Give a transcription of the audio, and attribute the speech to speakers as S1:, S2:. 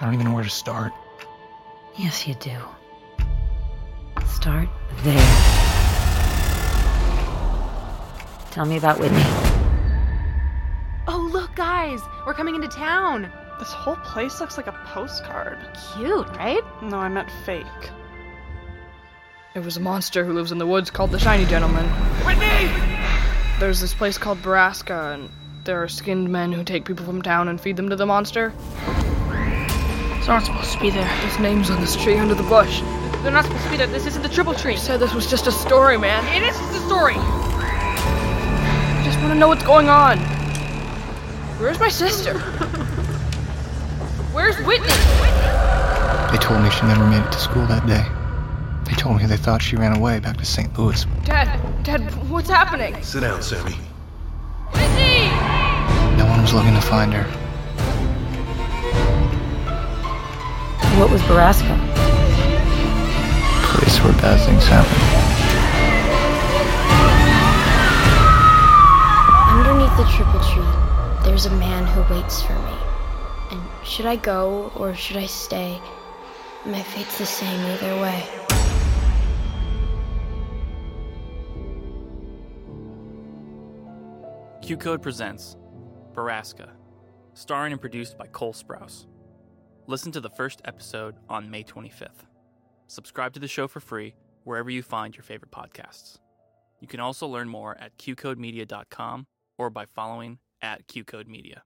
S1: I don't even know where to start.
S2: Yes, you do. Start there. Tell me about Whitney.
S3: Oh, look, guys, we're coming into town.
S4: This whole place looks like a postcard.
S3: Cute, right?
S4: No, I meant fake. It was a monster who lives in the woods called the Shiny Gentleman.
S5: Whitney!
S4: There's this place called Baraska, and there are skinned men who take people from town and feed them to the monster.
S5: It's not supposed to be there.
S4: His name's on this tree under the bush.
S5: They're not supposed to be there. This isn't the triple tree.
S4: You said this was just a story, man.
S5: It is just a story.
S4: I just want to know what's going on. Where's my sister?
S5: Where's Whitney?
S1: They told me she never made it to school that day. They told me they thought she ran away back to St. Louis.
S4: Dad, Dad, what's happening?
S6: Sit down, Sammy.
S5: Whitney!
S1: No one was looking to find her.
S2: What was Baraska?
S1: Place where bad things happen.
S7: Underneath the triple tree, there's a man who waits for me. And should I go or should I stay? My fate's the same either way.
S8: Q Code presents Baraska, starring and produced by Cole Sprouse. Listen to the first episode on May 25th. Subscribe to the show for free wherever you find your favorite podcasts. You can also learn more at qcodemedia.com or by following at qcodemedia.